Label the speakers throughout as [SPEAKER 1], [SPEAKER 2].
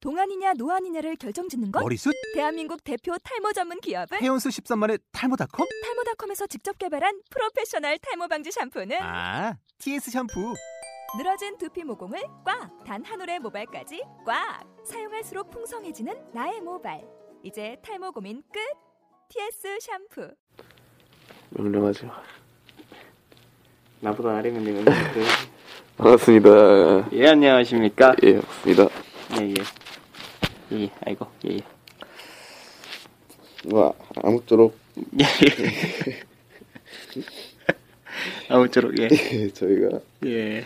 [SPEAKER 1] 동안이냐 노안이냐를 결정짓는 건
[SPEAKER 2] 머리숱?
[SPEAKER 1] 대한민국 대표 탈모 전문 기업은
[SPEAKER 2] 헤어스 13만의 탈모닷컴?
[SPEAKER 1] 탈모닷컴에서 직접 개발한 프로페셔널 탈모 방지 샴푸는
[SPEAKER 2] 아, TS 샴푸.
[SPEAKER 1] 늘어진 두피 모공을 꽉 단 한 올의 모발까지 꽉 사용할수록 풍성해지는 나의 모발 이제 탈모 고민 끝 TS 샴푸
[SPEAKER 3] 명령하지 마. 나보다 아래면 되면 그...
[SPEAKER 4] 반갑습니다.
[SPEAKER 3] 예 안녕하십니까
[SPEAKER 4] 예, 반갑습니다.
[SPEAKER 3] 예예 예. 예, 아이고 예예
[SPEAKER 4] 와, 아무쪼록
[SPEAKER 3] 예. 아무쪼록
[SPEAKER 4] 예, 저희가
[SPEAKER 3] 예예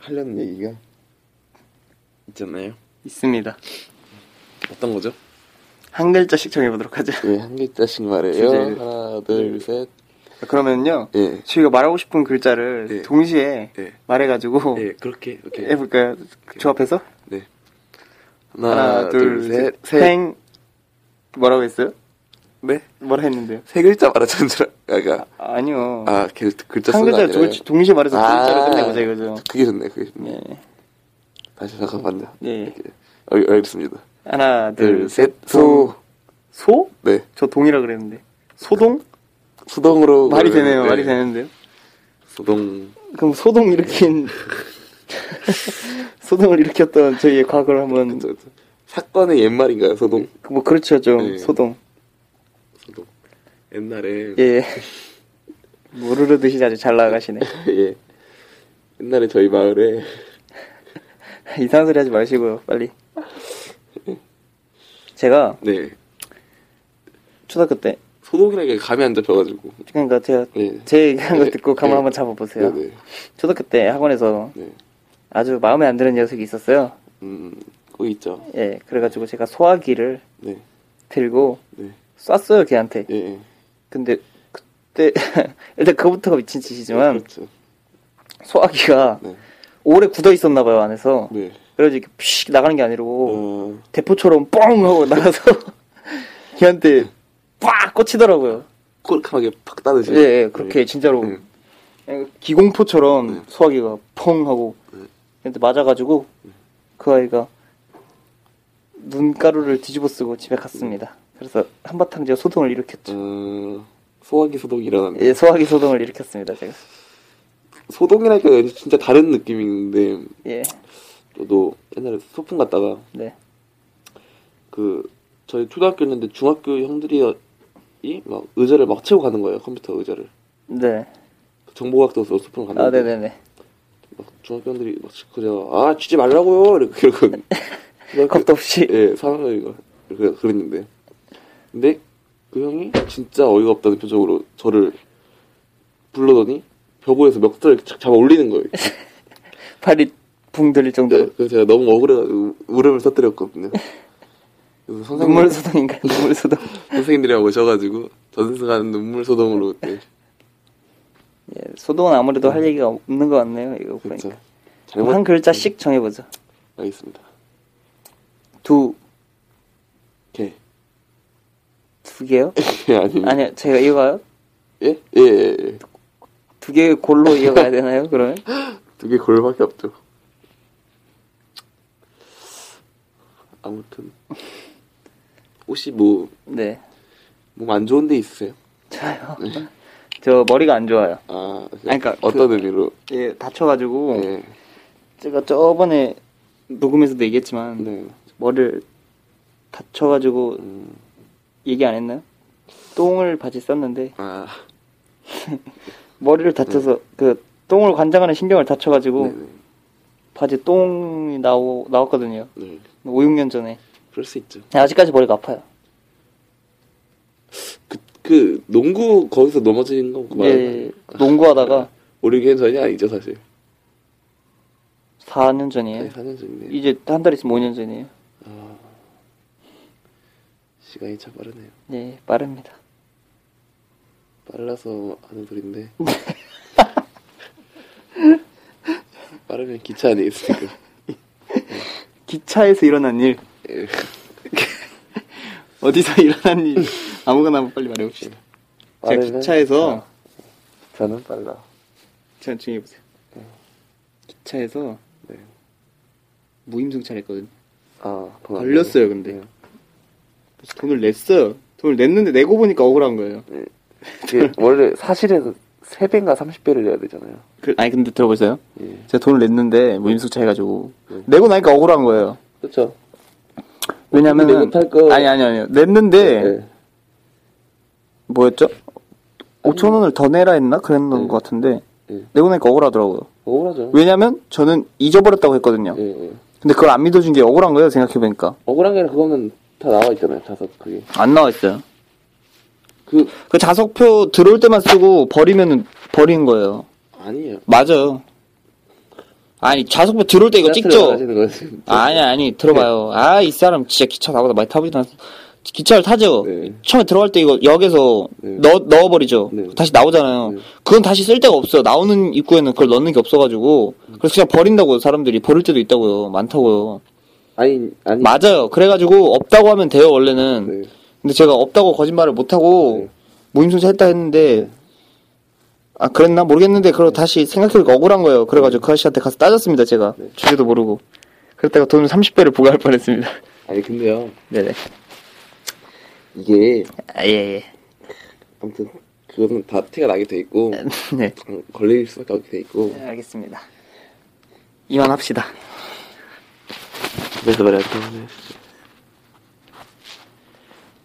[SPEAKER 4] 하려는 얘기가 있잖아요.
[SPEAKER 3] 있습니다
[SPEAKER 4] 어떤 거죠?
[SPEAKER 3] 한 글자씩 정해보도록 하죠
[SPEAKER 4] 예, 한 글자씩 말해요.
[SPEAKER 3] 주제를.
[SPEAKER 4] 하나, 둘, 셋.
[SPEAKER 3] 아, 그러면요
[SPEAKER 4] 예.
[SPEAKER 3] 저희가 말하고 싶은 글자를
[SPEAKER 4] 예.
[SPEAKER 3] 동시에
[SPEAKER 4] 예.
[SPEAKER 3] 말해가지고
[SPEAKER 4] 예, 그렇게 이렇게
[SPEAKER 3] 해볼까요? 조합해서
[SPEAKER 4] 네.
[SPEAKER 3] 하나,
[SPEAKER 4] 하나, 둘,
[SPEAKER 3] 둘,
[SPEAKER 4] 셋.
[SPEAKER 3] 셋. 생 뭐라고 했어요?
[SPEAKER 4] 네.
[SPEAKER 3] 뭐라 했는데요?
[SPEAKER 4] 세 글자 말하자는 줄 알- 아까 그러니까
[SPEAKER 3] 아니요
[SPEAKER 4] 아, 글, 글자
[SPEAKER 3] 한
[SPEAKER 4] 쓰는 거
[SPEAKER 3] 글자
[SPEAKER 4] 아니라.
[SPEAKER 3] 두 글자 동시에 말해서 두 글자로
[SPEAKER 4] 아,
[SPEAKER 3] 끝내보자 이거죠
[SPEAKER 4] 그게 좋네. 그게 좋네.
[SPEAKER 3] 예.
[SPEAKER 4] 다시 잠깐만요.
[SPEAKER 3] 예.
[SPEAKER 4] 이렇게. 알, 알겠습니다.
[SPEAKER 3] 하나
[SPEAKER 4] 둘, 셋, 소.
[SPEAKER 3] 소?
[SPEAKER 4] 네.
[SPEAKER 3] 저 동이라 그랬는데 소동?
[SPEAKER 4] 수동으로
[SPEAKER 3] 말이
[SPEAKER 4] 그러면,
[SPEAKER 3] 되네요
[SPEAKER 4] 네.
[SPEAKER 3] 말이 되는데요
[SPEAKER 4] 수동
[SPEAKER 3] 그럼 소동 일으킨 소동을 일으켰던 저희의 과거를 한번
[SPEAKER 4] 저, 저, 사건의 옛말인가요? 소동.
[SPEAKER 3] 뭐 그렇죠 좀
[SPEAKER 4] 네.
[SPEAKER 3] 소동
[SPEAKER 4] 소동. 옛날에 예.
[SPEAKER 3] 예 모르르듯이 아주 잘 나가시네
[SPEAKER 4] 예. 옛날에 저희 마을에
[SPEAKER 3] 이상한 소리 하지 마시고요 빨리 제가
[SPEAKER 4] 네
[SPEAKER 3] 초등학교 때
[SPEAKER 4] 소동이라는 게 감이 안 잡혀가지고
[SPEAKER 3] 그러니까 제가
[SPEAKER 4] 네.
[SPEAKER 3] 제 얘기한 거
[SPEAKER 4] 네.
[SPEAKER 3] 듣고 감을
[SPEAKER 4] 네.
[SPEAKER 3] 한번 잡아보세요
[SPEAKER 4] 네네
[SPEAKER 3] 초등학교 때 학원에서
[SPEAKER 4] 네.
[SPEAKER 3] 아주 마음에 안 드는 녀석이 있었어요
[SPEAKER 4] 음 거기 있죠 네,
[SPEAKER 3] 예 그래가지고 제가 소화기를 들고
[SPEAKER 4] 네네예예 예.
[SPEAKER 3] 쐈어요 걔한테 근데 그때 일단 그거부터가 미친 짓이지만
[SPEAKER 4] 그렇죠 네.
[SPEAKER 3] 소화기가 오래 굳어 있었나 봐요 안에서
[SPEAKER 4] 네네어 어.
[SPEAKER 3] 그래서 이렇게 피식 나가는 게 아니고 대포처럼 뻥 하고 나가서
[SPEAKER 4] 네.
[SPEAKER 3] 걔한테 빡 꽂히더라고요
[SPEAKER 4] 꼴깍하게 팍 따듯이
[SPEAKER 3] 예, 예 그렇게 진짜로 예,
[SPEAKER 4] 음.
[SPEAKER 3] 기공포처럼
[SPEAKER 4] 음.
[SPEAKER 3] 소화기가 펑 하고
[SPEAKER 4] 음.
[SPEAKER 3] 걔한테 맞아가지고
[SPEAKER 4] 네.
[SPEAKER 3] 그 아이가 눈가루를 뒤집어 쓰고 집에 갔습니다 그래서 한바탕 제가 소동을 일으켰죠
[SPEAKER 4] 네. 어, 소화기 소동이 일어난다
[SPEAKER 3] 예, 소화기 소동을 일으켰습니다 제가
[SPEAKER 4] 소동이라니까 왠지 진짜 다른 느낌인데
[SPEAKER 3] 예
[SPEAKER 4] 저도 옛날에 소풍 갔다가
[SPEAKER 3] 네.
[SPEAKER 4] 그 저희 초등학교였는데 중학교 형들이 막 의자를 막 채우고 가는 거예요 컴퓨터 의자를 그
[SPEAKER 3] 네.
[SPEAKER 4] 정보과학도서 소풍을 갔는데
[SPEAKER 3] 아, 네네네.
[SPEAKER 4] 막 중학생들이 막 그냥 아 주지 말라고요 이렇게 이러거든
[SPEAKER 3] 겁도 없이.
[SPEAKER 4] 예 사람들 이거 이렇게 그랬는데 근데 그 형이 진짜 어이가 없다는 표정으로 저를 불러더니 벽에서 멱살을 착 잡아 올리는 거예요
[SPEAKER 3] 팔이 붕 들릴 정도로.
[SPEAKER 4] 예, 그래서 제가 너무 억울해가지고 울음을 터뜨렸거든요 그래서
[SPEAKER 3] 눈물
[SPEAKER 4] 선생님,
[SPEAKER 3] 소동인가요? 눈물 소동.
[SPEAKER 4] 선생님들이랑 오셔가지고 전승하는 눈물 소동으로 네,
[SPEAKER 3] 예, 소동은 아무래도 할 얘기가 없는 것 같네요. 이거
[SPEAKER 4] 그렇죠 예.
[SPEAKER 3] 보니까.
[SPEAKER 4] 잘못
[SPEAKER 3] 그러니까. 한 글자씩 정해보죠.
[SPEAKER 4] 알겠습니다
[SPEAKER 3] 두,
[SPEAKER 4] 오케이
[SPEAKER 3] 두 개요?
[SPEAKER 4] 아니
[SPEAKER 3] 아니요, 제가 이거요?
[SPEAKER 4] 예예두 개 예,
[SPEAKER 3] 두 개의 골로 이어가야 되나요, 그러면?
[SPEAKER 4] 두개 골밖에 없죠 아무튼 혹시 뭐
[SPEAKER 3] 네.
[SPEAKER 4] 몸 안 좋은 데 있으세요?
[SPEAKER 3] 저요.
[SPEAKER 4] 예.
[SPEAKER 3] 저 머리가 안 좋아요.
[SPEAKER 4] 아
[SPEAKER 3] 아니, 그러니까
[SPEAKER 4] 어떤 의미로
[SPEAKER 3] 예, 다쳐가지고.
[SPEAKER 4] 예,
[SPEAKER 3] 제가 저번에 녹음에서도 얘기했지만.
[SPEAKER 4] 네
[SPEAKER 3] 머리를 다쳐가지고
[SPEAKER 4] 음,
[SPEAKER 3] 얘기 안 했나요? 똥을 바지 썼는데.
[SPEAKER 4] 아
[SPEAKER 3] 머리를 다쳐서 그 똥을 관장하는 신경을 다쳐가지고
[SPEAKER 4] 네네
[SPEAKER 3] 바지 똥이 나오 나왔거든요.
[SPEAKER 4] 네
[SPEAKER 3] 5, 6년 전에 네,
[SPEAKER 4] 그럴 수 있죠
[SPEAKER 3] 아직까지 머리가 아파요.
[SPEAKER 4] 그, 그 농구 거기서 넘어진 거
[SPEAKER 3] 예,
[SPEAKER 4] 말하는 거
[SPEAKER 3] 농구하다가
[SPEAKER 4] 오리기엔 전이 아니죠 사실
[SPEAKER 3] 4년
[SPEAKER 4] 네,
[SPEAKER 3] 전이에요.
[SPEAKER 4] 4년 전이네요
[SPEAKER 3] 예. 이제 한 달 있으면 5년 전이에요.
[SPEAKER 4] 시간이 참 빠르네요
[SPEAKER 3] 네, 빠릅니다.
[SPEAKER 4] 빨라서 하는 소리인데 빠르면 기차 아니겠습니까?
[SPEAKER 3] 기차에서 일어난 일,
[SPEAKER 4] 예.
[SPEAKER 3] 어디서 일어난 일, 아무거나 한번 빨리 말해봅시다. 어. 제가
[SPEAKER 4] 빠르면
[SPEAKER 3] 기차에서
[SPEAKER 4] 기차. 저는 빨라
[SPEAKER 3] 네. 전중해 보세요. 기차에서
[SPEAKER 4] 네.
[SPEAKER 5] 무임승차를 했거든.
[SPEAKER 4] 아, 네. 돈 안
[SPEAKER 5] 걸렸어요, 근데. 그래서 돈을 냈어요. 돈을 냈는데 내고 보니까 억울한 거예요.
[SPEAKER 4] 내고. 이게 그 원래 사실은 3배인가 30배를 내야 되잖아요.
[SPEAKER 5] 그-
[SPEAKER 3] 아니 근데 들어보세요.
[SPEAKER 4] 예.
[SPEAKER 3] 제가 돈을 냈는데 무임승차 해가지고
[SPEAKER 4] 네.
[SPEAKER 3] 내고 나니까 억울한 거예요.
[SPEAKER 4] 그렇죠.
[SPEAKER 3] 왜냐면
[SPEAKER 4] 내고 탈 거-
[SPEAKER 3] 아니 아니 아니요. 냈는데
[SPEAKER 4] 예.
[SPEAKER 3] 뭐였죠? 5천 원을 더 내라 했나 그랬던
[SPEAKER 4] 네.
[SPEAKER 3] 것 같은데
[SPEAKER 4] 네.
[SPEAKER 3] 내고 나니까 억울하더라고요.
[SPEAKER 4] 억울하죠.
[SPEAKER 3] 왜냐면 저는 잊어버렸다고 했거든요.
[SPEAKER 4] 예, 예.
[SPEAKER 3] 근데 그걸 안 믿어준 게 억울한 거예요. 생각해보니까
[SPEAKER 4] 억울한 게 아니라 그거는 다 나와 있잖아요. 다섯 그게.
[SPEAKER 3] 안 나와 있어요.
[SPEAKER 4] 그
[SPEAKER 3] 그 자석표 들어올 때만 쓰고 버리면은 버린 거예요.
[SPEAKER 4] 아니에요.
[SPEAKER 3] 맞아요. 아니 자석표 들어올 때 이거 찍죠.
[SPEAKER 4] 하시는 거예요. 지금.
[SPEAKER 3] 아니
[SPEAKER 4] 네.
[SPEAKER 3] 아니 들어봐요. 아 이 사람 진짜 기차 나보다 많이 타보지도 않았어. 기차를 타죠.
[SPEAKER 4] 네.
[SPEAKER 3] 처음에 들어갈 때 이거 역에서
[SPEAKER 4] 네.
[SPEAKER 3] 넣어 넣어버리죠.
[SPEAKER 4] 네.
[SPEAKER 3] 다시 나오잖아요.
[SPEAKER 4] 네.
[SPEAKER 3] 그건 다시 쓸 데가 없어. 나오는 입구에는 그걸 넣는 게 없어가지고 그래서 그냥 버린다고 사람들이 버릴 때도 있다고요. 많다고요.
[SPEAKER 4] 아니 아니.
[SPEAKER 3] 맞아요. 그래가지고 없다고 하면 돼요 원래는.
[SPEAKER 4] 네.
[SPEAKER 3] 근데 제가 없다고 거짓말을 못하고
[SPEAKER 4] 네.
[SPEAKER 3] 무임승차 했다 했는데 아 그랬나 모르겠는데 그러 고 다시 생각해보니까 억울한 거예요 그래가지고 그 아저씨한테 가서 따졌습니다 제가 주제도 모르고 그랬다가 돈을 30배를 부과할 뻔했습니다
[SPEAKER 4] 아니 근데요.
[SPEAKER 3] 네네
[SPEAKER 4] 이게
[SPEAKER 3] 아, 예예
[SPEAKER 4] 아무튼 그거는 다 티가 나게 돼 있고
[SPEAKER 3] 네
[SPEAKER 4] 음, 걸릴 수밖에 없게 돼 있고
[SPEAKER 3] 알겠습니다 이만합시다
[SPEAKER 4] 그래서 말이야.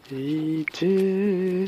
[SPEAKER 4] 이제